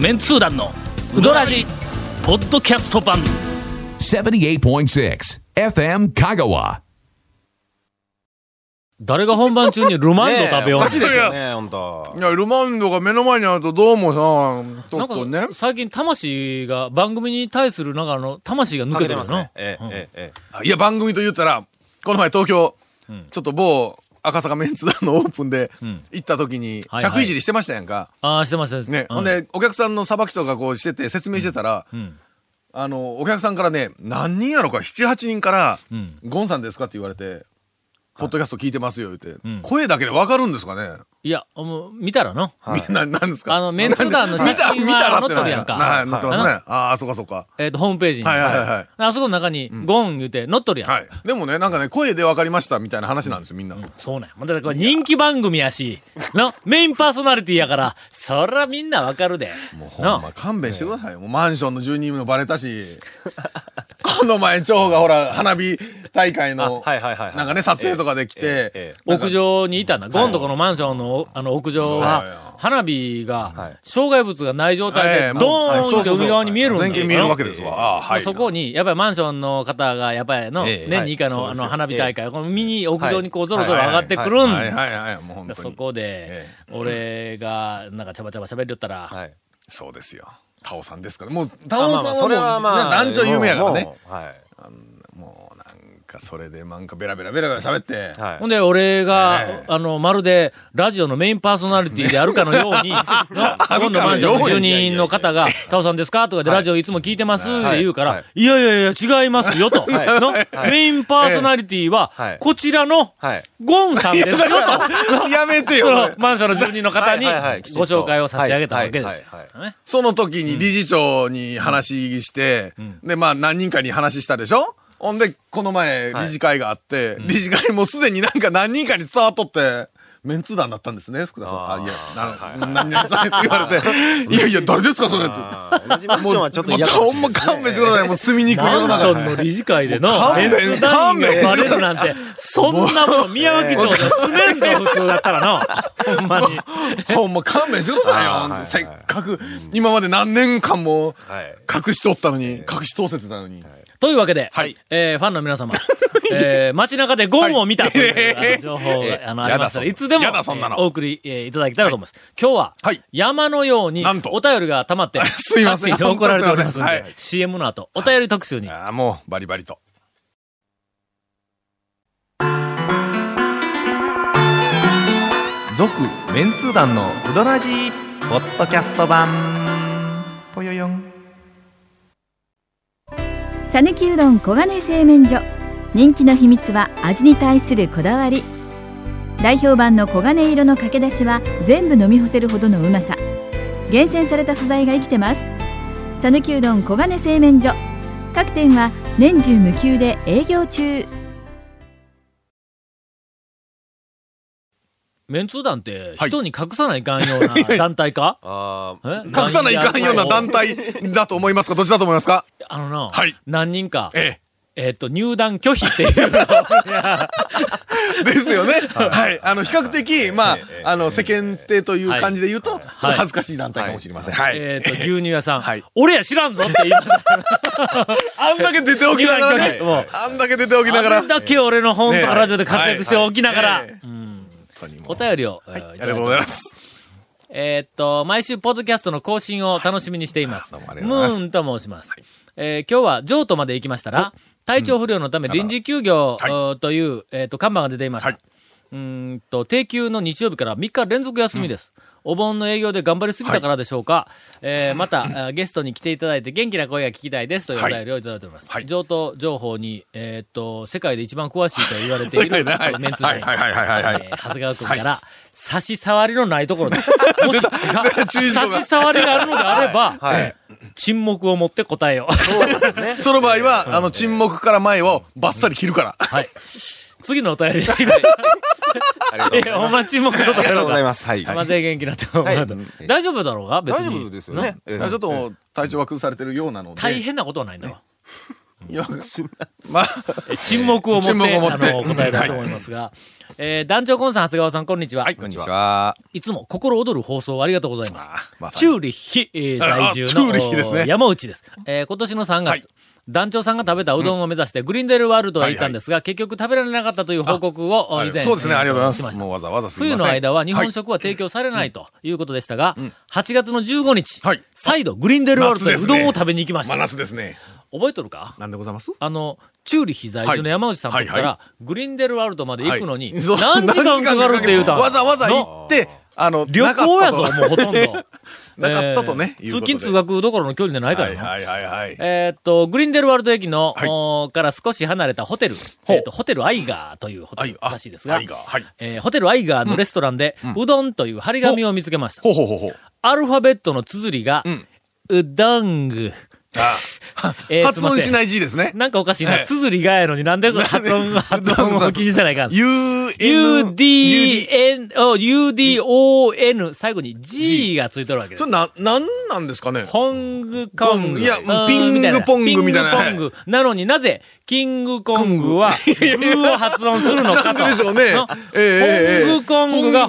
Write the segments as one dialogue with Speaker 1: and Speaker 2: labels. Speaker 1: メンツー団のウドラジポッドキャスト版
Speaker 2: 78.6 FM Kagawa.
Speaker 1: 誰が本番中にルマンド
Speaker 3: ねえ
Speaker 1: 食べよう
Speaker 3: お
Speaker 1: の
Speaker 3: かしいですよね、本当
Speaker 4: いや、ルマンドが目の前にあると、どうもさ、ちょっと
Speaker 1: な
Speaker 4: ね
Speaker 1: んか、最近魂が番組に対するなんかあの魂が抜
Speaker 3: か
Speaker 1: け
Speaker 3: け
Speaker 1: て
Speaker 3: て
Speaker 1: る
Speaker 3: ま
Speaker 1: の、
Speaker 3: すね。ええ、ええ、え
Speaker 4: いや、番組と言ったら、この前東京、ちょっと某赤坂メンツ団のオープンで、行った時に、
Speaker 1: はいはい
Speaker 4: 客いじりしてましたやんか。
Speaker 1: ああしてましたね
Speaker 4: ね、ほんで、お客さんのさばきとかこうしてて、説明してたら、あの、お客さんからね、何人やろか、7、8人から、ゴンさんですかって言われて、ポッドキャスト聞いてますよ、言って、声だけでわかるんですかね、
Speaker 1: いやもう見たらの
Speaker 4: みんな、なんですか
Speaker 1: あのメンツ団の写真
Speaker 4: 見た見たら
Speaker 1: は
Speaker 4: っ
Speaker 1: 載
Speaker 4: て
Speaker 1: っとるやん
Speaker 4: な
Speaker 1: か
Speaker 4: いな載ってますね。ああ、そうかそうか。
Speaker 1: えっ、とホームページに、
Speaker 4: はいはいはいはい
Speaker 1: あそこの中にゴン言うて載っとるやん、
Speaker 4: はい。でもね、なんかね、声で分かりましたみたいな話なんですよ、みんな。
Speaker 1: そうなんや。だからこれ人気番組や し、の、メインパーソナリティやから、そらみんなわかるで。
Speaker 4: もうほんま勘弁してくださいよ。もうマンションの住人もバレたし、この前、蝶がほら、花火大会の、
Speaker 3: あはいはいはいはい
Speaker 4: なんかね、撮影とかで来
Speaker 3: え
Speaker 4: て
Speaker 3: え、
Speaker 1: 屋上にいたんだ。ゴンとこのマンションの、あの、屋上
Speaker 4: そう
Speaker 1: は、花火
Speaker 3: は
Speaker 1: が
Speaker 3: い、
Speaker 1: 障害物がない状態
Speaker 4: ええ
Speaker 1: で、
Speaker 4: もう
Speaker 1: ド
Speaker 4: はい
Speaker 1: ーン
Speaker 4: そう
Speaker 1: って
Speaker 4: そうそう
Speaker 1: 海側に見えるんだ
Speaker 4: 全
Speaker 1: よ
Speaker 4: 景見えるわけですわ。ああ
Speaker 1: まあ
Speaker 4: はい。
Speaker 1: そこに、やっぱりマンションの方が、やっぱりの、
Speaker 4: ええ
Speaker 1: 年に以下の、
Speaker 4: は
Speaker 1: あ
Speaker 4: いそうです
Speaker 1: の、
Speaker 4: よ
Speaker 1: 花火大会、このミニ屋上にこう、
Speaker 4: はい
Speaker 1: ぞろぞろ上がってくるん
Speaker 4: はい
Speaker 1: だ。
Speaker 4: はいはい、もう本当に。
Speaker 1: そこで
Speaker 4: え、
Speaker 1: 俺が、なんかちゃばちゃば喋りよったら、
Speaker 3: えはい。
Speaker 4: そうですよ。タオさんですから。もう、タ
Speaker 3: あ
Speaker 4: オ
Speaker 3: まあまあそれ
Speaker 4: さ
Speaker 3: は
Speaker 4: んはもう、
Speaker 3: まあ、
Speaker 4: ねなんちょ有名やからね
Speaker 3: も。う。はい。
Speaker 4: もう、なんか、それで、なんか、ベラベラベラベラ喋って。
Speaker 3: はい。
Speaker 1: ほんで、俺が、
Speaker 4: ええ
Speaker 1: あの、まるで、ラジオのメインパーソナリティであるかのよ うに、の今度マンションの住人の方が、タオさんですかとかで、ラジオいつも聞いてますって言うから、
Speaker 3: はいい
Speaker 1: やいやいや、違いますよと。
Speaker 3: はい
Speaker 1: のメインパーソナリティは
Speaker 3: はい、
Speaker 1: こちらの、
Speaker 3: はい。
Speaker 1: ゴンさんですよと。
Speaker 4: やめてよ
Speaker 1: そ。
Speaker 4: お
Speaker 1: の
Speaker 4: い
Speaker 1: マンションの住人の方に
Speaker 3: はいはいはい
Speaker 1: ご紹介を差し上げたわけで
Speaker 3: はい
Speaker 1: す
Speaker 3: はいはい。
Speaker 1: ね
Speaker 4: その時に理事長に話して、で、まあ何人かに話したでしょほんで、この前、
Speaker 3: はい
Speaker 4: 理事会があって、理事会もすでになんか何人かに伝わっとって、メンツ団だったんですね、福田さん。あ
Speaker 3: あー
Speaker 4: いや、な、何々さんって言われて、 いやいや、誰ですか、それって。
Speaker 3: 同じマンションはちょっと
Speaker 4: もう
Speaker 3: 嫌かも
Speaker 4: ほ
Speaker 3: しれ
Speaker 4: んま
Speaker 3: ないですね
Speaker 4: 勘弁してください。もう住みにくい世の
Speaker 1: マンシ
Speaker 4: 中
Speaker 1: ョンの理事会での、
Speaker 4: 勘弁
Speaker 1: メンツダニング
Speaker 4: 勘弁
Speaker 1: バレるなんて、そんなもん、宮脇町で住めんぞ、普通だったら の。ほんまに。
Speaker 4: ほんま勘弁してくださいよ
Speaker 3: あー
Speaker 4: ほんと
Speaker 3: はいはい
Speaker 4: せっかく、今まで何年間も
Speaker 3: はい
Speaker 4: 隠しとったのに、隠し通せてたのに。
Speaker 1: というわけで、
Speaker 4: はい
Speaker 1: えーファンの皆様、 えー街中でゴンを見たという、
Speaker 4: はい
Speaker 1: あの情報
Speaker 4: え
Speaker 1: が、あの、あ
Speaker 4: やだ
Speaker 1: りました
Speaker 4: そん
Speaker 1: ら、
Speaker 4: ない
Speaker 1: つでも、
Speaker 4: やだそんなの
Speaker 1: えーお送り、えーいただけたらと思います。今日は、
Speaker 4: はい
Speaker 1: 山のように、
Speaker 4: なんと
Speaker 1: お便りが溜まって、
Speaker 4: すいません
Speaker 1: 各地に怒られておりますので、
Speaker 4: 本当すいませんはい
Speaker 1: CM の後、お便り特集に、
Speaker 4: ああ、もう、バリバリと。
Speaker 5: 続メンツー団のウドラジーポッドキャスト版ぽよよん
Speaker 6: さぬきうどん黄金製麺所人気の秘密は味に対するこだわり代表版の黄金色のかけだしは全部飲み干せるほどのうまさ厳選された素材が生きてますさぬきうどん黄金製麺所各店は年中無休で営業中
Speaker 1: メンツー団って、
Speaker 4: はい
Speaker 1: 人に隠さないかんよう な団体か
Speaker 3: ああ、
Speaker 1: 隠
Speaker 4: 隠さないかんような団体だと思いますかどっちだと思いますか
Speaker 1: あのな、
Speaker 4: はい
Speaker 1: 何人か、
Speaker 4: え
Speaker 1: えっ、と、入団拒否っていうのを
Speaker 4: え。ですよね。はい。あの、比較的、まあ
Speaker 3: ええ、
Speaker 4: あの、世間体という感じで言うと、ちょっと
Speaker 1: はい
Speaker 4: 恥ずかしい団体かもしれません。はい。
Speaker 1: えっと、牛乳屋さん、
Speaker 4: はい
Speaker 1: 俺や知らんぞって言い ます
Speaker 4: あんだけ出ておき
Speaker 1: 入
Speaker 4: な
Speaker 1: 団
Speaker 4: が
Speaker 1: 拒否。
Speaker 4: らね。
Speaker 1: もう
Speaker 4: あんだけ出ておきながら。
Speaker 1: あれだけ俺の本と
Speaker 4: ね
Speaker 1: かラジオで活躍しておきながら、
Speaker 4: はいはい
Speaker 1: うん
Speaker 4: 本当にもう
Speaker 1: お便りを、えー
Speaker 4: ありがとうございます。
Speaker 1: えーっと、毎週、ポッドキャストの更新を楽しみにしています。
Speaker 4: はいあどうもありがとう
Speaker 1: ム
Speaker 4: ございます
Speaker 1: ーンと申します。えー今日は譲渡まで行きましたら、体調不良のため臨時休業、
Speaker 4: ら
Speaker 1: おという、えーっと、看板が出ていました。
Speaker 4: はいう
Speaker 1: ーんと、定休の日曜日から3日連続休みです。お盆の営業で頑張りすぎたからでしょうか、えーまた、あーゲストに来ていただいて元気な声が聞きたいですというお便りをいただいております。
Speaker 4: はい
Speaker 1: 譲渡情報に、えーっと、世界で一番詳しいと言われ ている、
Speaker 4: はい
Speaker 1: メンツ内
Speaker 4: はいはいはいはいはい
Speaker 1: えー長谷川君から、差し障りのないところ で、もし、が
Speaker 4: 注意事項が
Speaker 1: 差し障りがあるのであれば、
Speaker 3: はい。
Speaker 1: 沈黙を持って答えよう。
Speaker 3: そうですね。
Speaker 4: その場合は、あの、沈黙から前をバッサリ切るから。
Speaker 1: はい。次のお便り。え
Speaker 3: ありがとうござい
Speaker 1: お
Speaker 3: ます。
Speaker 1: 前沈黙と
Speaker 3: あり
Speaker 1: 答え
Speaker 3: がとう
Speaker 1: ろう
Speaker 3: ござい
Speaker 1: か。
Speaker 3: ます。はい。
Speaker 1: まあ、全元気なって思う
Speaker 3: はい
Speaker 1: 大丈夫だろうが別
Speaker 3: 大
Speaker 1: に。
Speaker 3: 丈夫ですよね
Speaker 1: な。
Speaker 3: ええ
Speaker 4: ちょっと、体調は崩されてるようなので。
Speaker 1: 大変なことはないんだわ。
Speaker 4: いやまあ、
Speaker 1: え沈黙を持って、
Speaker 4: 沈黙を持って
Speaker 1: あの、答えだと思いますが、えー、団長コンさん、長谷川さん、こんにちは。
Speaker 4: はい
Speaker 3: こんにちは。
Speaker 1: いつも心躍る放送ありがとうございます。
Speaker 4: まさ
Speaker 1: チ
Speaker 4: に
Speaker 1: ューリッヒ、えー在住の
Speaker 4: あチューリッヒですね
Speaker 1: おー山内です。えー今年の3月、
Speaker 4: はい
Speaker 1: 団長さんが食べたうどんを目指してグリンデルワールドへ行ったんですが、結局食べられなかったという報告をお以前
Speaker 4: そうですね、
Speaker 1: えー
Speaker 4: ありがとうご
Speaker 1: し
Speaker 4: ざいま
Speaker 1: まし
Speaker 4: す。
Speaker 1: た
Speaker 4: もうわざわざすみ
Speaker 1: 冬
Speaker 4: ません
Speaker 1: の間は日本
Speaker 4: い
Speaker 1: 食は提供されないということでしたが、8月の15日、
Speaker 4: はい
Speaker 1: 再度グリンデルワールドへうどんを食べに行きました。
Speaker 4: 真夏ですね。
Speaker 1: 覚えとるか
Speaker 4: なんでございます
Speaker 1: あの、チューリッヒ在住の山内さんとったら、
Speaker 4: はいは
Speaker 1: グリンデルワールドまで行くのに、
Speaker 4: はい そう
Speaker 1: 何時間かかるって言うたん
Speaker 4: わざわざ行って、あの、
Speaker 1: 旅行やぞ、もう
Speaker 4: なかった
Speaker 1: ほとんど。
Speaker 4: なかったとね
Speaker 1: えー
Speaker 4: いう
Speaker 1: 通
Speaker 4: ことで
Speaker 1: 勤通学どころの距離じゃない
Speaker 4: と
Speaker 1: か
Speaker 4: は
Speaker 1: ら
Speaker 4: い
Speaker 1: な。
Speaker 4: はいはいはい。
Speaker 1: えーっと、グリンデルワールド駅の、
Speaker 4: はい
Speaker 1: おーから少し離れたホテル、
Speaker 4: う
Speaker 1: えーっと、ホテルアイガーというホテル
Speaker 4: あ
Speaker 1: らしいですが
Speaker 4: アイ、ガーはい。
Speaker 1: えーホテルアイガーのレストランで、うどんという張り紙を見つけました。
Speaker 4: ほうほうほうほう。
Speaker 1: アルファベットの綴りが、
Speaker 4: ん
Speaker 1: うどんぐ。
Speaker 4: あ
Speaker 1: えー。
Speaker 4: 発音しないい字ですね。
Speaker 1: なんかおかしいな。
Speaker 4: ええ
Speaker 1: 綴りがやのになんで発音、 発音を気にせないかん。
Speaker 4: U, D。
Speaker 1: UDN、お UDON、最後に G がついてるわけです
Speaker 4: それ。な、なんなんですかね
Speaker 1: ポングコング。
Speaker 4: いや
Speaker 1: うん
Speaker 4: ピング
Speaker 1: みたいな
Speaker 4: ポングみたいな
Speaker 1: ピングポング。なのになぜ、キングコング は、グーを発音するの
Speaker 4: な
Speaker 1: か
Speaker 4: ん
Speaker 1: と。
Speaker 4: ででしょうね
Speaker 1: の。
Speaker 4: ええええ
Speaker 1: ポングコングが香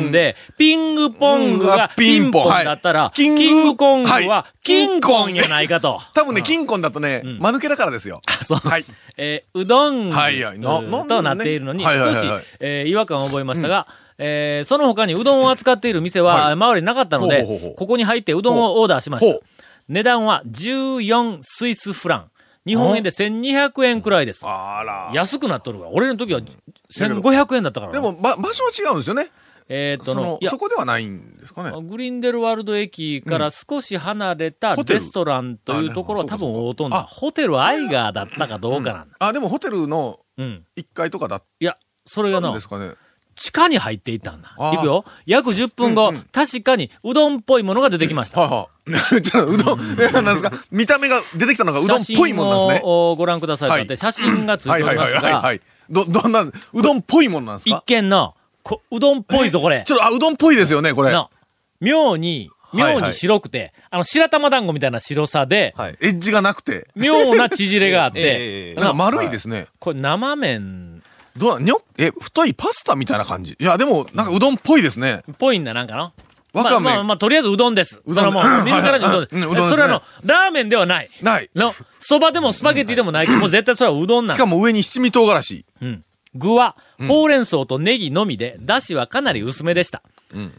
Speaker 1: 港で、ピングポングがピンポンだったら、
Speaker 4: ピ
Speaker 1: キ
Speaker 4: ン
Speaker 1: ン
Speaker 4: ポンはい
Speaker 1: グコング
Speaker 4: は
Speaker 1: はいキンコンやないかと。
Speaker 4: 多分ね、金婚だとね、間抜けだからですよ。
Speaker 1: そう。
Speaker 4: はい。
Speaker 1: えーうどん、
Speaker 4: はいはいななん
Speaker 1: となっているのに、
Speaker 4: はいはい
Speaker 1: 少
Speaker 4: はい
Speaker 1: し
Speaker 4: はい、
Speaker 1: えー違和感を覚えましたが、えーその他にうどんを扱っている店は周りになかったので、
Speaker 4: ほうほうほうほう
Speaker 1: ここに入ってうどんをオーダーしま
Speaker 4: ほ
Speaker 1: し
Speaker 4: う
Speaker 1: た。値段は14スイスフラン。日本円で1200円くらいです。
Speaker 4: あら。
Speaker 1: 安くなっとるわ。俺の時は1500円だったから
Speaker 4: で
Speaker 1: な。
Speaker 4: も、ば場所は違うんですよね。
Speaker 1: えーっと
Speaker 4: そ
Speaker 1: の
Speaker 4: の
Speaker 1: い、や
Speaker 4: そこではないんですかね。
Speaker 1: グリンデルワールド駅から少し離れた
Speaker 4: ホテル
Speaker 1: レストランというところは
Speaker 4: あな
Speaker 1: 多
Speaker 4: るほ
Speaker 1: 分
Speaker 4: ど
Speaker 1: 大とん
Speaker 4: あ
Speaker 1: だ。ホテルアイガーだったかどうかなんだ。
Speaker 4: あ、でもホテルの
Speaker 1: うん。
Speaker 4: 1階とかだっ
Speaker 1: いや、それが
Speaker 4: たん
Speaker 1: な
Speaker 4: で、すかね。
Speaker 1: 地下に入っていったんだ。
Speaker 4: あー
Speaker 1: いくよ。約10分後、
Speaker 4: うんうん
Speaker 1: 確かにうどんっぽいものが出てきました。
Speaker 4: はいはい。 ちょっとうどん、えなんですか見た目が出てきたのがうどんっぽいもんなんで
Speaker 1: 写真
Speaker 4: すね。
Speaker 1: をおご覧くださいとあって、
Speaker 4: はい
Speaker 1: 写真がつい
Speaker 4: は
Speaker 1: て
Speaker 4: い
Speaker 1: お
Speaker 4: は
Speaker 1: り
Speaker 4: い
Speaker 1: ま
Speaker 4: は
Speaker 1: す
Speaker 4: いはいは
Speaker 1: が、
Speaker 4: い。ど、どんな、うどんっぽいもんなんです
Speaker 1: 一
Speaker 4: か
Speaker 1: 見の、こうどんっぽいぞ、これ
Speaker 4: ち。ょっと、あ、うどんっぽいですよね、これ。
Speaker 1: の、妙に、
Speaker 4: はい
Speaker 1: 妙
Speaker 4: は
Speaker 1: に
Speaker 4: い
Speaker 1: 白くて、あの、白玉団子みたいな白さで、
Speaker 3: はい。
Speaker 4: エッジがなくて。
Speaker 1: 妙な縮れが あって
Speaker 3: ええ、
Speaker 4: なんか
Speaker 1: な
Speaker 4: 丸いですね。
Speaker 1: これ生麺
Speaker 4: どうな、にょ、え、太いパスタみたいな感じ。いや、でも、なんかうどんっぽいですね。
Speaker 1: っぽいんだ、なんかの。
Speaker 4: わかめ
Speaker 1: まあまあ、まあ、とりあえずうどんです。
Speaker 4: うど
Speaker 1: そ
Speaker 4: ん
Speaker 1: れ はもう、見るからにうどんです。
Speaker 4: うんうんうどんですね
Speaker 1: それはあの、ラーメンではない。
Speaker 4: ない。
Speaker 1: の、そばでもスパゲティでもない けど、もう絶対それはうどんな
Speaker 4: しか
Speaker 1: の。
Speaker 4: も上に七味唐辛子。
Speaker 1: うん。具は、ほうれん草とネギのみで、だしはかなり薄めでした。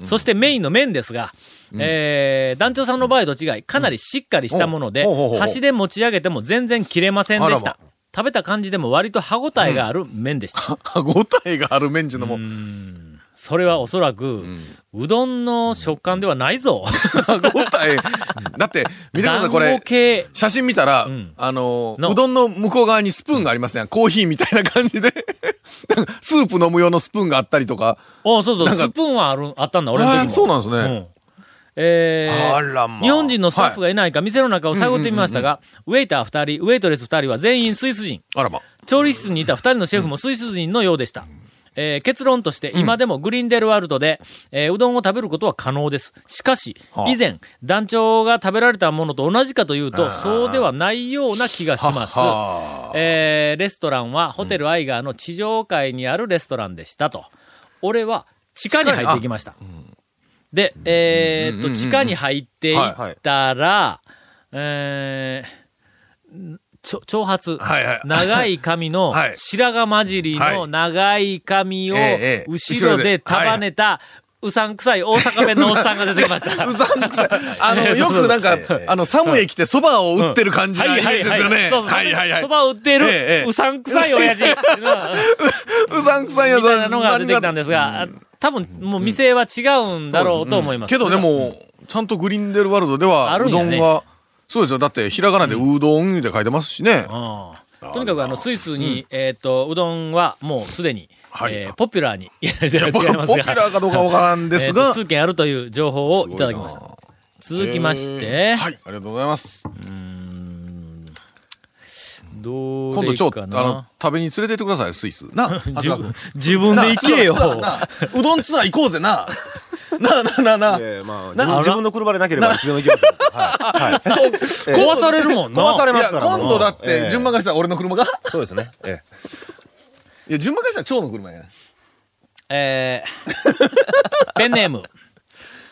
Speaker 1: そしてメインの麺ですが、えー、団長さんの場合と違い、かなりしっかりしたもので
Speaker 4: うんほうほうほうほ、う
Speaker 1: 箸で持ち上げても全然切れませんでし
Speaker 4: あら
Speaker 1: た。食べた感じでも割と歯応えがある麺でした。
Speaker 4: 歯応えがあるメンチのも。
Speaker 1: それはおそらく、うどんの食感ではないぞ。
Speaker 4: 歯 応え。だって、見てください、こ
Speaker 1: 団
Speaker 4: れ
Speaker 1: 子。系。
Speaker 4: 写真見たら、
Speaker 1: ん
Speaker 4: あのー
Speaker 1: の
Speaker 4: うどんの向こう側にスプーンがありますね。コーヒーみたいな感じで。 なんかスープ飲む用のスプーンがあったりとか。
Speaker 1: おそうそう、
Speaker 4: なんか
Speaker 1: スプーンはある、あったんだ、俺の時
Speaker 4: あ
Speaker 1: も。
Speaker 4: ーそうなんですね
Speaker 1: うんえー
Speaker 3: あらまあ
Speaker 1: 日本人のスタッフがいないか、店の中を探ってみましたが、ウェイター2人、ウェイトレス2人は全員スイス人。
Speaker 4: あらま。
Speaker 1: 調理室にいた2人のシェフもスイス人のようでした。えー結論として、今でもグリンデルワールドで、えーうどんを食べることは可能です。しかし、以前、団長が食べられたものと同じかというと、そうではないような気がします。えーレストランはホテルアイガーの地上階にあるレストランでしたと。俺は地下に入ってきました。で、えーっと、地下に入っていったら、えーちょ長髪、
Speaker 4: はいはい
Speaker 1: 長い髪の
Speaker 4: はい
Speaker 1: 白髪混じりの長い髪を
Speaker 4: ええええ
Speaker 1: 後ろで束ねたうさんくさい大阪弁のおっさんが出てきま した。
Speaker 4: うさんくさい。あの、
Speaker 1: ええ
Speaker 4: よくなんか
Speaker 3: そうそう、
Speaker 4: あの、寒い来て蕎麦を打ってる感じのイメージですよね。
Speaker 1: そうそう
Speaker 4: はいはいはい
Speaker 1: そ。ばを売っている
Speaker 4: ええええ
Speaker 1: うさんくさい親父っていうの が
Speaker 4: うさんくさいや
Speaker 1: み
Speaker 4: つ
Speaker 1: たいなのが出てきたんですが、多分もう店は違うんだろうと思います。
Speaker 4: けどでも、ちゃんとグリンデルワールドでは、
Speaker 1: ある
Speaker 4: うん
Speaker 1: や
Speaker 4: ど
Speaker 1: ね
Speaker 4: んが、そうですよ。だって、ひらがなでうどんって書いてますしね。
Speaker 1: うんとにかくあのスイスに、えーっとうどんはもうすでに、
Speaker 4: はい
Speaker 1: えーポピュラーに いや違う違い
Speaker 4: ポピュ
Speaker 1: ま
Speaker 4: ラ
Speaker 1: すが
Speaker 4: ーかどうかわからんです
Speaker 1: えー
Speaker 4: が
Speaker 1: と、数件あるという情報をいただきまし
Speaker 4: す
Speaker 1: た続きまして、
Speaker 4: えーはい、ありがとうございます。
Speaker 1: ど
Speaker 4: 今
Speaker 1: れ
Speaker 4: 度ちょっと
Speaker 1: か
Speaker 4: あ
Speaker 1: な
Speaker 4: の食べに連れてってくださいスイスな
Speaker 1: 自
Speaker 4: 長
Speaker 1: 分
Speaker 4: 谷川君
Speaker 1: 自分で行けよ
Speaker 4: ななうどんツアー行こうぜななあなあなあなあ
Speaker 3: いやいや
Speaker 1: な
Speaker 3: まあ、自分自分の車でなければいつでも行きますよ。はい。はい
Speaker 4: そう
Speaker 1: 壊されるもんな
Speaker 3: 壊され
Speaker 4: い
Speaker 3: ま
Speaker 4: や
Speaker 3: すから。
Speaker 4: 今度だっ
Speaker 3: え
Speaker 4: て
Speaker 3: え
Speaker 4: 順番返したら俺の車が
Speaker 3: そうですね。ええ
Speaker 4: いや順番返したら蝶の車や
Speaker 1: えーペンネーム。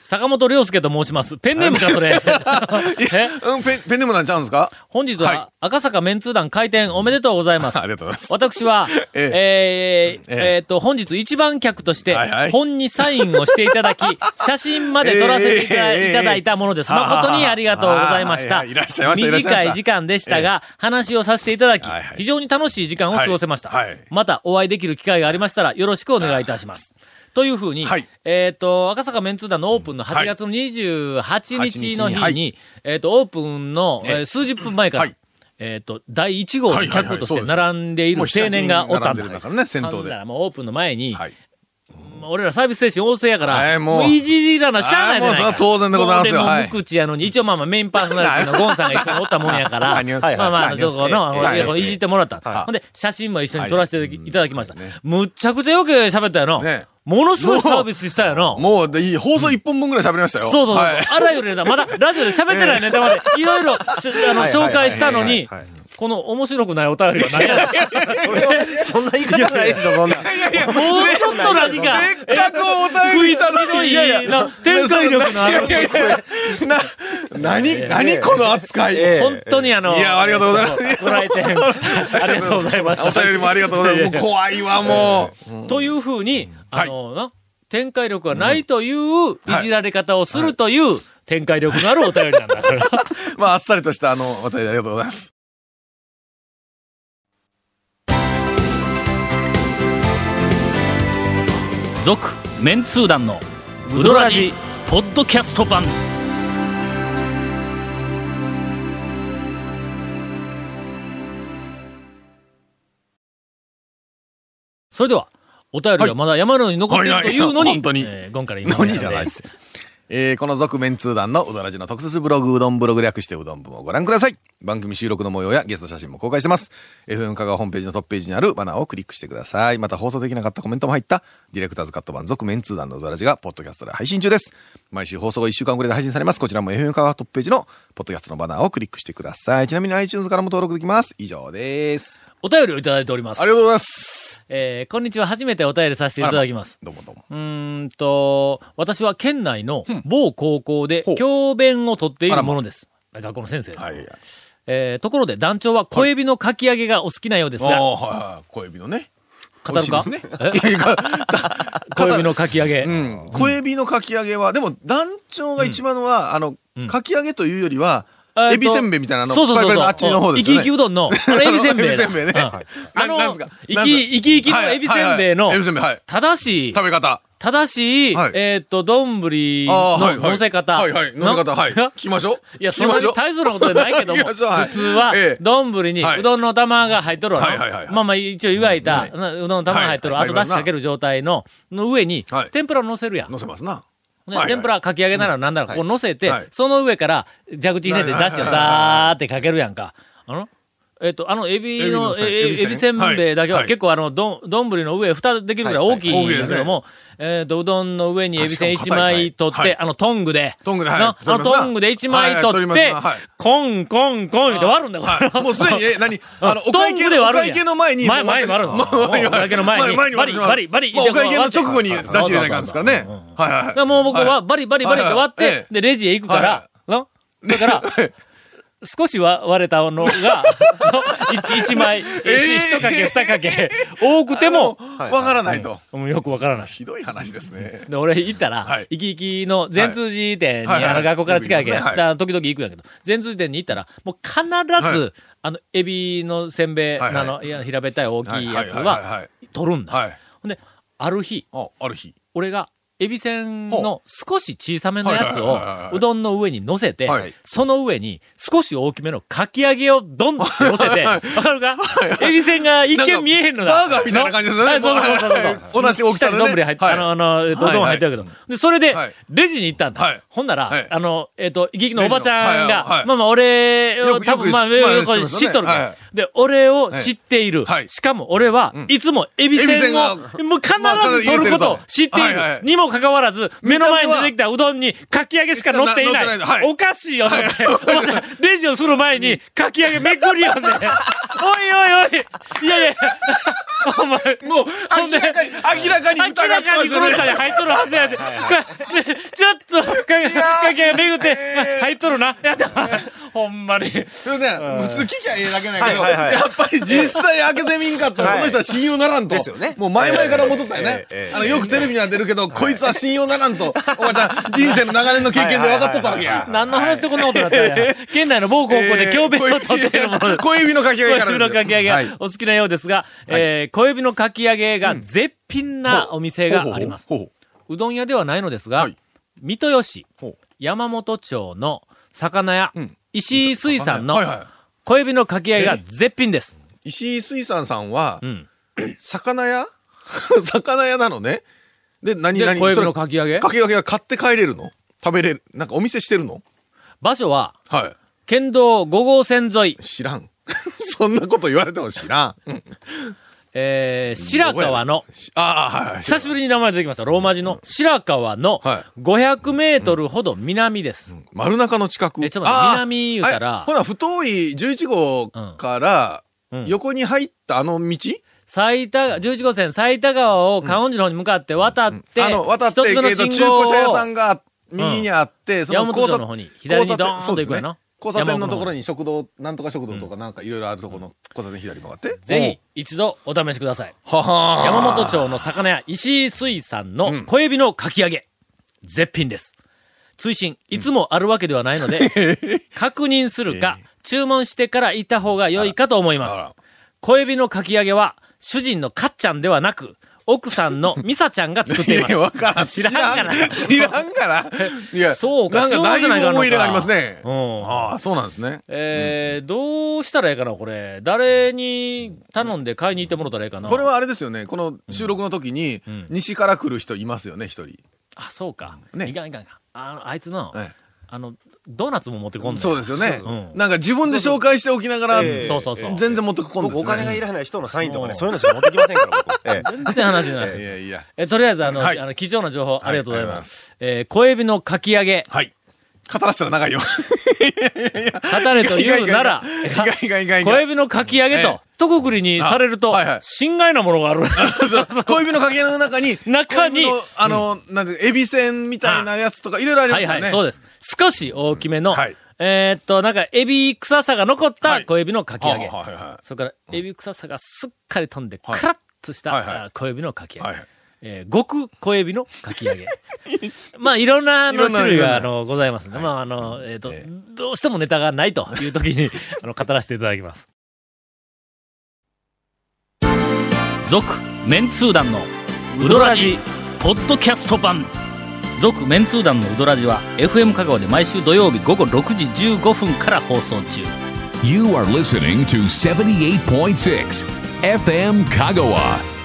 Speaker 1: 坂本良介と申します。ペンネームか、それ。え
Speaker 4: うん、ペンペンネームなんちゃうんですか
Speaker 1: 本日は赤坂メンツー団開店おめでとうございます。
Speaker 4: ありがとうございます
Speaker 1: 私 は、えー、え
Speaker 4: え
Speaker 1: ーっと、本日一番客として
Speaker 4: はいは、い
Speaker 1: 本にサインをしていた だき、写真まで撮らせていた,、
Speaker 4: ええ
Speaker 1: いただいたものです。誠にありがとうございました。
Speaker 4: あー はいはいいらっしゃいましたいらっしゃいま
Speaker 1: 短
Speaker 4: した
Speaker 1: い時間でしたが、話をさせていただき、
Speaker 4: はいはい
Speaker 1: 非常に楽しい時間を過ごせました、
Speaker 4: はいはい
Speaker 1: またお会いできる機会がありましたら、よろしくお願いいたします。というふうに、
Speaker 4: はい
Speaker 1: えーっ、と、赤坂メンツー団のオープンの8月の28日の日に、えーっ、と、オープンの、えー数十分前から、
Speaker 4: はい
Speaker 1: えっ、と、第1号の客として
Speaker 4: はいはいはい
Speaker 1: 並んでいる
Speaker 4: も
Speaker 1: 青
Speaker 4: う7
Speaker 1: 年がおったんだ。
Speaker 4: 並んでるからね、先頭
Speaker 1: だか
Speaker 4: で。は
Speaker 1: らもうオープンの前に、
Speaker 4: い。
Speaker 1: もう俺らサービス精神旺盛やから、
Speaker 4: はい
Speaker 1: も
Speaker 4: も
Speaker 1: う
Speaker 4: う
Speaker 1: いじらなしゃあないじゃないか
Speaker 4: あーもうそれは当然でございますよ
Speaker 1: ほんでもう
Speaker 4: は
Speaker 1: 無
Speaker 4: い
Speaker 1: 口やのに、一応まあまあメインパーソナリティのゴンさんが一緒におったもんや から、
Speaker 5: 何をして
Speaker 1: まあまあ、
Speaker 5: 何を
Speaker 1: そ
Speaker 5: して
Speaker 1: この、ほら
Speaker 5: 何をして
Speaker 1: いじってもらった。
Speaker 5: はい
Speaker 1: ほんで、写真も一緒に撮らせていただきました。
Speaker 4: はい
Speaker 1: むっちゃくちゃよく喋ったやろ、
Speaker 4: ね
Speaker 1: ものすごいサービスしたやろ
Speaker 4: もう、でいい放送1本分ぐらい喋りましたよ。
Speaker 1: そうそうそう。
Speaker 4: はい
Speaker 1: あらゆるネタ、まだラジオで喋ってないネタまで、いろいろし、あの、紹介したのに、この面白くないお便りは何やろ
Speaker 5: そんな言い方ないでしょ、そんな。
Speaker 4: いやいや、
Speaker 1: もうちょっと何か、
Speaker 4: せっかくお便
Speaker 1: 食
Speaker 4: り
Speaker 1: い
Speaker 4: 来た
Speaker 1: つき
Speaker 4: の
Speaker 1: の
Speaker 4: に。
Speaker 1: い
Speaker 4: いや
Speaker 1: い
Speaker 4: いや、
Speaker 1: な、展開力のある
Speaker 4: い、やいやいやな、何、何この扱い。
Speaker 5: ええ
Speaker 1: 本当にあの、
Speaker 4: いやありがとうございます
Speaker 1: ご来店、ありがとうございま
Speaker 4: お便り
Speaker 1: す。
Speaker 4: もありがとうございます。もう怖いわ、もう。
Speaker 1: というふうに、あの、な展開力がないという、いじられ方をするという、展開力のあるお便りなんだから。
Speaker 4: まあ、あっさりとした、あの、お便りありがとうございます。
Speaker 1: 続メンツー団のウドラジポッドキャスト版それではお便り
Speaker 4: は
Speaker 1: が
Speaker 4: い
Speaker 1: まだ山のように残っているというの
Speaker 4: はいはい
Speaker 1: に
Speaker 4: 本当に
Speaker 1: えーゴンから言いま
Speaker 4: の
Speaker 1: した
Speaker 4: に
Speaker 1: の
Speaker 4: じゃな
Speaker 1: で
Speaker 4: いです。えーこの続面通談のうどらじの特設ブログうどんブログ略してうどん部もご覧ください。番組収録の模様やゲスト写真も公開してます。FM 香川ホームページのトップページにあるバナーをクリックしてください。また放送できなかったコメントも入ったディレクターズカット版続面通談のうどらじがポッドキャストで配信中です。毎週放送が1週間遅れで配信されます。こちらも FM 香川トップページのポッドキャストのバナーをクリックしてください。ちなみに iTunes からも登録できます。以上です。
Speaker 1: お便りをいただいております
Speaker 4: ありがとうございます。
Speaker 1: えーこんにちは初めてお便りさせていただきます
Speaker 4: どうもどうも。
Speaker 1: うーんと、私は県内の某高校で
Speaker 4: ほう
Speaker 1: 教鞭を取ってい
Speaker 4: あ
Speaker 1: る
Speaker 4: らま
Speaker 1: ものです。学校の先生です。
Speaker 4: はい。
Speaker 1: えーところで団長は小エビのかき揚げがお好きなようです
Speaker 4: あ
Speaker 1: が、
Speaker 4: あ、はいはい。小指のね。
Speaker 1: 語るか
Speaker 4: 美味し いですね
Speaker 1: え小指のかき揚げ。
Speaker 4: うん、小エビのかき揚げは、でも団長が一番のは、あの、かき揚げというよりは、
Speaker 1: えーと
Speaker 4: エビせんべいみたいなの、
Speaker 1: そうそうそうそう
Speaker 4: パリパリのあっちの方です
Speaker 1: うん
Speaker 4: よ
Speaker 1: 生き生きう
Speaker 4: ね。
Speaker 1: どんの、あ れエビせんべいだ。
Speaker 4: エビせんべいね
Speaker 1: うん
Speaker 4: はい
Speaker 1: あの、
Speaker 4: ななんす
Speaker 1: 生
Speaker 4: か
Speaker 1: き
Speaker 4: な
Speaker 1: 生
Speaker 4: んすか
Speaker 1: き生きのエビせんべいの
Speaker 4: はいはいはいエビせんべい、はい。
Speaker 1: 正しい、
Speaker 4: 食べ方。
Speaker 1: 正しい、
Speaker 4: はい
Speaker 1: えーっと、丼
Speaker 4: あ
Speaker 1: の
Speaker 4: ーはいはい
Speaker 1: 乗せ方。
Speaker 4: はいはい。乗せ方、はい。
Speaker 1: な
Speaker 4: 聞きましょう。
Speaker 1: いや、
Speaker 4: 聞
Speaker 1: そ
Speaker 4: き
Speaker 1: んな
Speaker 4: ましょ
Speaker 1: に
Speaker 4: う。
Speaker 1: 大層なことじゃないけども、
Speaker 4: 聞きましょうはい
Speaker 1: 普通は
Speaker 4: ええ、
Speaker 1: 丼に
Speaker 4: はいう
Speaker 1: どんの玉が入っとるわな
Speaker 4: はいはいはいはい
Speaker 1: まあまあ、一応湯がいた、
Speaker 4: はい
Speaker 1: なうどんの玉が入っとる、
Speaker 4: はい
Speaker 1: あと出汁かける状態の、の上に
Speaker 4: は、い
Speaker 1: 天ぷらを乗せるやん。
Speaker 4: 乗せますな。
Speaker 1: ね
Speaker 4: はいはい
Speaker 1: 天ぷらかき揚げならなんなら、こう乗せて、
Speaker 4: はい
Speaker 1: その上から蛇口ひねって出汁をザーってかけるやんか。あのえっと、あの、エビの、
Speaker 4: エビのせん
Speaker 1: ええ
Speaker 4: エビせん
Speaker 1: エビせんべいだけは
Speaker 4: はい
Speaker 1: 結構あの、どん、どんぶりの上、蓋できるぐらい大きいん
Speaker 4: はいはい大きい
Speaker 1: で
Speaker 4: ですす
Speaker 1: け
Speaker 4: ね
Speaker 1: ども、えっと、うどんの上にエビせん
Speaker 4: 確
Speaker 1: 1
Speaker 4: かに硬い
Speaker 1: 枚取っ
Speaker 4: はい
Speaker 1: て、あの、トングで、
Speaker 4: トングではい
Speaker 1: なあの、
Speaker 4: 取りますな
Speaker 1: トングで1
Speaker 4: はいは
Speaker 1: 枚
Speaker 4: い
Speaker 1: 取っ
Speaker 4: 取り
Speaker 1: て
Speaker 4: ますなはい、
Speaker 1: コンコンコンって割るんだ、これ。
Speaker 4: はい。もうすでに、え、 何あの、お
Speaker 1: ト
Speaker 4: 会
Speaker 1: ン
Speaker 4: 計
Speaker 1: グで
Speaker 4: の、お
Speaker 1: 割るん
Speaker 4: 会
Speaker 1: や
Speaker 4: 計の前に。
Speaker 1: 前前に割るの
Speaker 4: もう
Speaker 1: お会計の前に
Speaker 4: 前に
Speaker 1: バリバリバリ
Speaker 4: まあお会計の直後に出し入れないかんですからね。はいはい
Speaker 1: だからもう僕はバリバリバリって割っ
Speaker 4: はいは
Speaker 1: て
Speaker 4: いえ、え
Speaker 1: で、レジへ行くから
Speaker 4: は、
Speaker 1: なだ から、少しは割れたのが、 一一 枚、一かけ二かけ、多くても、
Speaker 4: わからないと。
Speaker 1: もうよくわからない。
Speaker 4: ひどい話ですね。
Speaker 1: で、俺行ったら、
Speaker 4: はい
Speaker 1: 行き行きの全通寺店に、
Speaker 4: はいはい
Speaker 1: あの、学校から近いわけ、
Speaker 4: よく行きますね
Speaker 1: だ時々行くんやけど、全通寺店に行ったら、もう必ず、
Speaker 4: は
Speaker 1: あの、エビのせんべい、
Speaker 4: はいはい
Speaker 1: あの、いや平べったい大きいやつ
Speaker 4: はいはいはいは、
Speaker 1: はい取るんだ。
Speaker 4: はい。
Speaker 1: ほんで、ある日、
Speaker 4: あ、ある日。
Speaker 1: 俺が、エビせんの
Speaker 4: ほ
Speaker 1: 少し小さめのやつを
Speaker 4: はいはいはいはいは、いう
Speaker 1: どんの上に乗せて
Speaker 4: はい、
Speaker 1: その上に少し大きめのかき揚げをドンって乗せて、わかるかエビせんが一見見えへんのだ。
Speaker 4: バーガーみたいな感じですよね
Speaker 1: はいそうそうそうそうそう。
Speaker 4: もうはいはい同じ大きさのね
Speaker 1: 下に丼入って、
Speaker 4: はい
Speaker 1: あの、あの、えっとう
Speaker 4: はい
Speaker 1: どん入ってるけど。で、それで
Speaker 4: はい、
Speaker 1: レジに行ったん
Speaker 4: は
Speaker 1: だ
Speaker 4: い。
Speaker 1: ほんなら
Speaker 4: はい、
Speaker 1: あの、えっと、行きのおばちゃん
Speaker 4: レジのはいはいは
Speaker 1: が、
Speaker 4: い
Speaker 1: まあまあ、俺を
Speaker 4: よく
Speaker 1: 多分、
Speaker 4: よく
Speaker 1: まあ、
Speaker 4: まあ
Speaker 1: よく知っとるか
Speaker 4: は
Speaker 1: ら
Speaker 4: い。
Speaker 1: で、俺を知っている
Speaker 4: は。い
Speaker 1: しかも俺はいつもエビせんを、
Speaker 4: エビせんが
Speaker 1: もう必ず取ることを知ってい
Speaker 4: はいは
Speaker 1: る
Speaker 4: い。
Speaker 1: にもかかわらず、目の前に出てきたうどんにかき揚げしか乗っていな
Speaker 4: 乗ってないい。はい
Speaker 1: おかしいよと思って、 おばちゃんレ ジをする前にかき揚げめくりよね。おいおいおい、いやいや、お前
Speaker 4: もう明らかに明らかに疑って
Speaker 1: 明らかにこの
Speaker 4: ます
Speaker 1: 下に
Speaker 4: よね
Speaker 1: 入っとるはずやで。これでちょっと、かけ、かけがめぐって、ま入っとるな。やだ、ほんまに。
Speaker 4: すいません普通聞きゃええだけなんやけど、
Speaker 5: はいはいはい
Speaker 4: やっぱり実際開けてみんかったら、
Speaker 5: はい
Speaker 4: この人は信用ならんと
Speaker 5: ですよね
Speaker 4: もう前々から戻ったよね、
Speaker 5: ええええ
Speaker 4: あのよくテレビには出るけど、こいつは信用ならんとおばちゃん人生の長年の経験で分かっとったわけや
Speaker 1: 何の話でこんなことになったんや。県内の某高校で教鞭を取っているものです。
Speaker 4: 小指のかき上げ
Speaker 1: 小
Speaker 4: から
Speaker 1: 指のかき揚げ
Speaker 4: はい
Speaker 1: がお好きなようですが、えー小指のかき揚げが絶品なお店があります。
Speaker 4: ほうほうほうほう
Speaker 1: うどん屋ではないのですが、
Speaker 4: はい
Speaker 1: 三豊市
Speaker 4: ほう、
Speaker 1: 山本町の魚屋、
Speaker 4: うん
Speaker 1: 石井水産の
Speaker 4: はいはい
Speaker 1: 小指のかき揚げが絶品です。
Speaker 4: 石井水産さんは
Speaker 1: うん。
Speaker 4: 魚屋 魚屋なのねで何
Speaker 1: で、
Speaker 4: 何
Speaker 1: 小指
Speaker 4: そ
Speaker 1: の
Speaker 4: れ
Speaker 1: かき揚げ
Speaker 4: かき揚げは買って帰れるの食べれるなんかお店してるの
Speaker 1: 場所は、
Speaker 4: は
Speaker 1: 県道5号線沿い
Speaker 4: い、知らん そんなこと言われても知らん、うん
Speaker 1: えー、 白川の、
Speaker 4: しああはいはい
Speaker 1: 久しぶりに名前出てきました、ローマ字の白川の
Speaker 4: は
Speaker 1: 500メートルほど南です。
Speaker 4: 丸中の近く
Speaker 1: えちょっと待って
Speaker 4: ああ
Speaker 1: 南言うたら
Speaker 4: あほな太い11号から
Speaker 1: うんうん
Speaker 4: 横に入ったあの道、
Speaker 1: 埼玉、11号線埼玉川を観音寺の方に向かって渡って、
Speaker 4: あの渡って
Speaker 1: 一つ目の
Speaker 4: えっと
Speaker 1: 信
Speaker 4: 中
Speaker 1: 号を
Speaker 4: 古車屋さんが右にあって、その
Speaker 1: 山本
Speaker 4: 交
Speaker 1: 町
Speaker 4: 差
Speaker 1: の方に左にドーンと行くやろ
Speaker 4: 交差点そうですね交差点のところに食堂なんとか食堂とかなんかいろいろあるところの交差点左に曲がって
Speaker 1: ぜひ一度お試しください。
Speaker 4: ひはは
Speaker 1: 山本町の魚屋石井水産の小エビのかき揚げ。絶品です。追伸、いつもあるわけではない ので、確認するか、注文してから行った方が良いかと思い
Speaker 4: あ
Speaker 1: ま
Speaker 4: ら
Speaker 1: す。小エビのかき揚げは、主人のかっちゃんではなく、奥さ んのミサちゃんが作っていま
Speaker 4: いやわ
Speaker 1: す。
Speaker 4: から ん
Speaker 1: 知らんかな
Speaker 4: 知らんからい や
Speaker 1: そうか
Speaker 4: なんか
Speaker 1: そうじゃな
Speaker 4: だ
Speaker 1: い
Speaker 4: い
Speaker 1: かな
Speaker 4: ぶ思い入れがありますね
Speaker 1: うん
Speaker 4: ああそうなんですね
Speaker 1: えーどうしたらええかな、これ。誰に頼んで買いに行ってもらったらええかな。
Speaker 4: これはあれですよねこの収録の時に西から来る人いますよね一人
Speaker 1: あ、そうか。
Speaker 4: ね
Speaker 1: いかんいかんいかん。あの、あいつの、
Speaker 4: ええ
Speaker 1: あの、ドーナツも持ってこんのよ
Speaker 4: そうですよね
Speaker 1: うん
Speaker 4: なんか自分で紹介しておきながら
Speaker 5: ええ
Speaker 1: そうそうそう
Speaker 4: 全然持ってこんです
Speaker 5: 僕
Speaker 4: ね
Speaker 5: お金がいらない人のサインとか
Speaker 1: う
Speaker 5: ね
Speaker 1: ん
Speaker 5: そういうのしか持ってきませんから僕 ええ
Speaker 1: 全然話じゃない。
Speaker 4: いやいや
Speaker 1: え、とりあえず、あの、
Speaker 4: はい
Speaker 1: あの、貴重な情報、ありがとうございま。
Speaker 4: ありがとうございます
Speaker 1: えー、小エビのかき揚げ、
Speaker 4: はい語らせたら長いよ
Speaker 1: 語れと言うなら、
Speaker 4: 意外意外意外意外
Speaker 1: 小エビのかき揚げ
Speaker 4: え
Speaker 1: と
Speaker 4: え、
Speaker 1: 一括りにされると
Speaker 4: あはいはい、
Speaker 1: 心外なものがある。
Speaker 4: 小指のかけらの中に、
Speaker 1: 中に
Speaker 4: 小指のあの、なんて、エビせんみたいなやつとかいろいろありま
Speaker 1: は
Speaker 4: す
Speaker 1: い
Speaker 4: よね。
Speaker 1: はい、そう
Speaker 4: で
Speaker 1: です。少し大きめの
Speaker 4: はい、
Speaker 1: えーっと、なんか、エビ臭さが残った
Speaker 4: はい
Speaker 1: 小エビのかき揚げ。
Speaker 4: はいは
Speaker 1: それから、エビ臭さがすっかり飛んで、カ
Speaker 4: はい
Speaker 1: ラッとし
Speaker 4: はいはい
Speaker 1: たあ小エビのかき
Speaker 4: い
Speaker 1: 揚
Speaker 4: はい。
Speaker 1: げ。えー、極小エビのかき揚 げ。まあ、いろんなあ
Speaker 4: い
Speaker 1: の
Speaker 4: ろんな
Speaker 1: 種類が、あ
Speaker 4: いろ
Speaker 1: の、ございますので、まあ、あの、えっ、と、どうしてもネタがないという時 に、あの、語らせていただきます。続、メンツー団の、ウドラジ、ポッドキャスト版。続、メンツー団のウドラジは、FM 香川で毎週土曜日午後6時15分から放送中。
Speaker 2: You are listening to 78.6 FM Kagawa.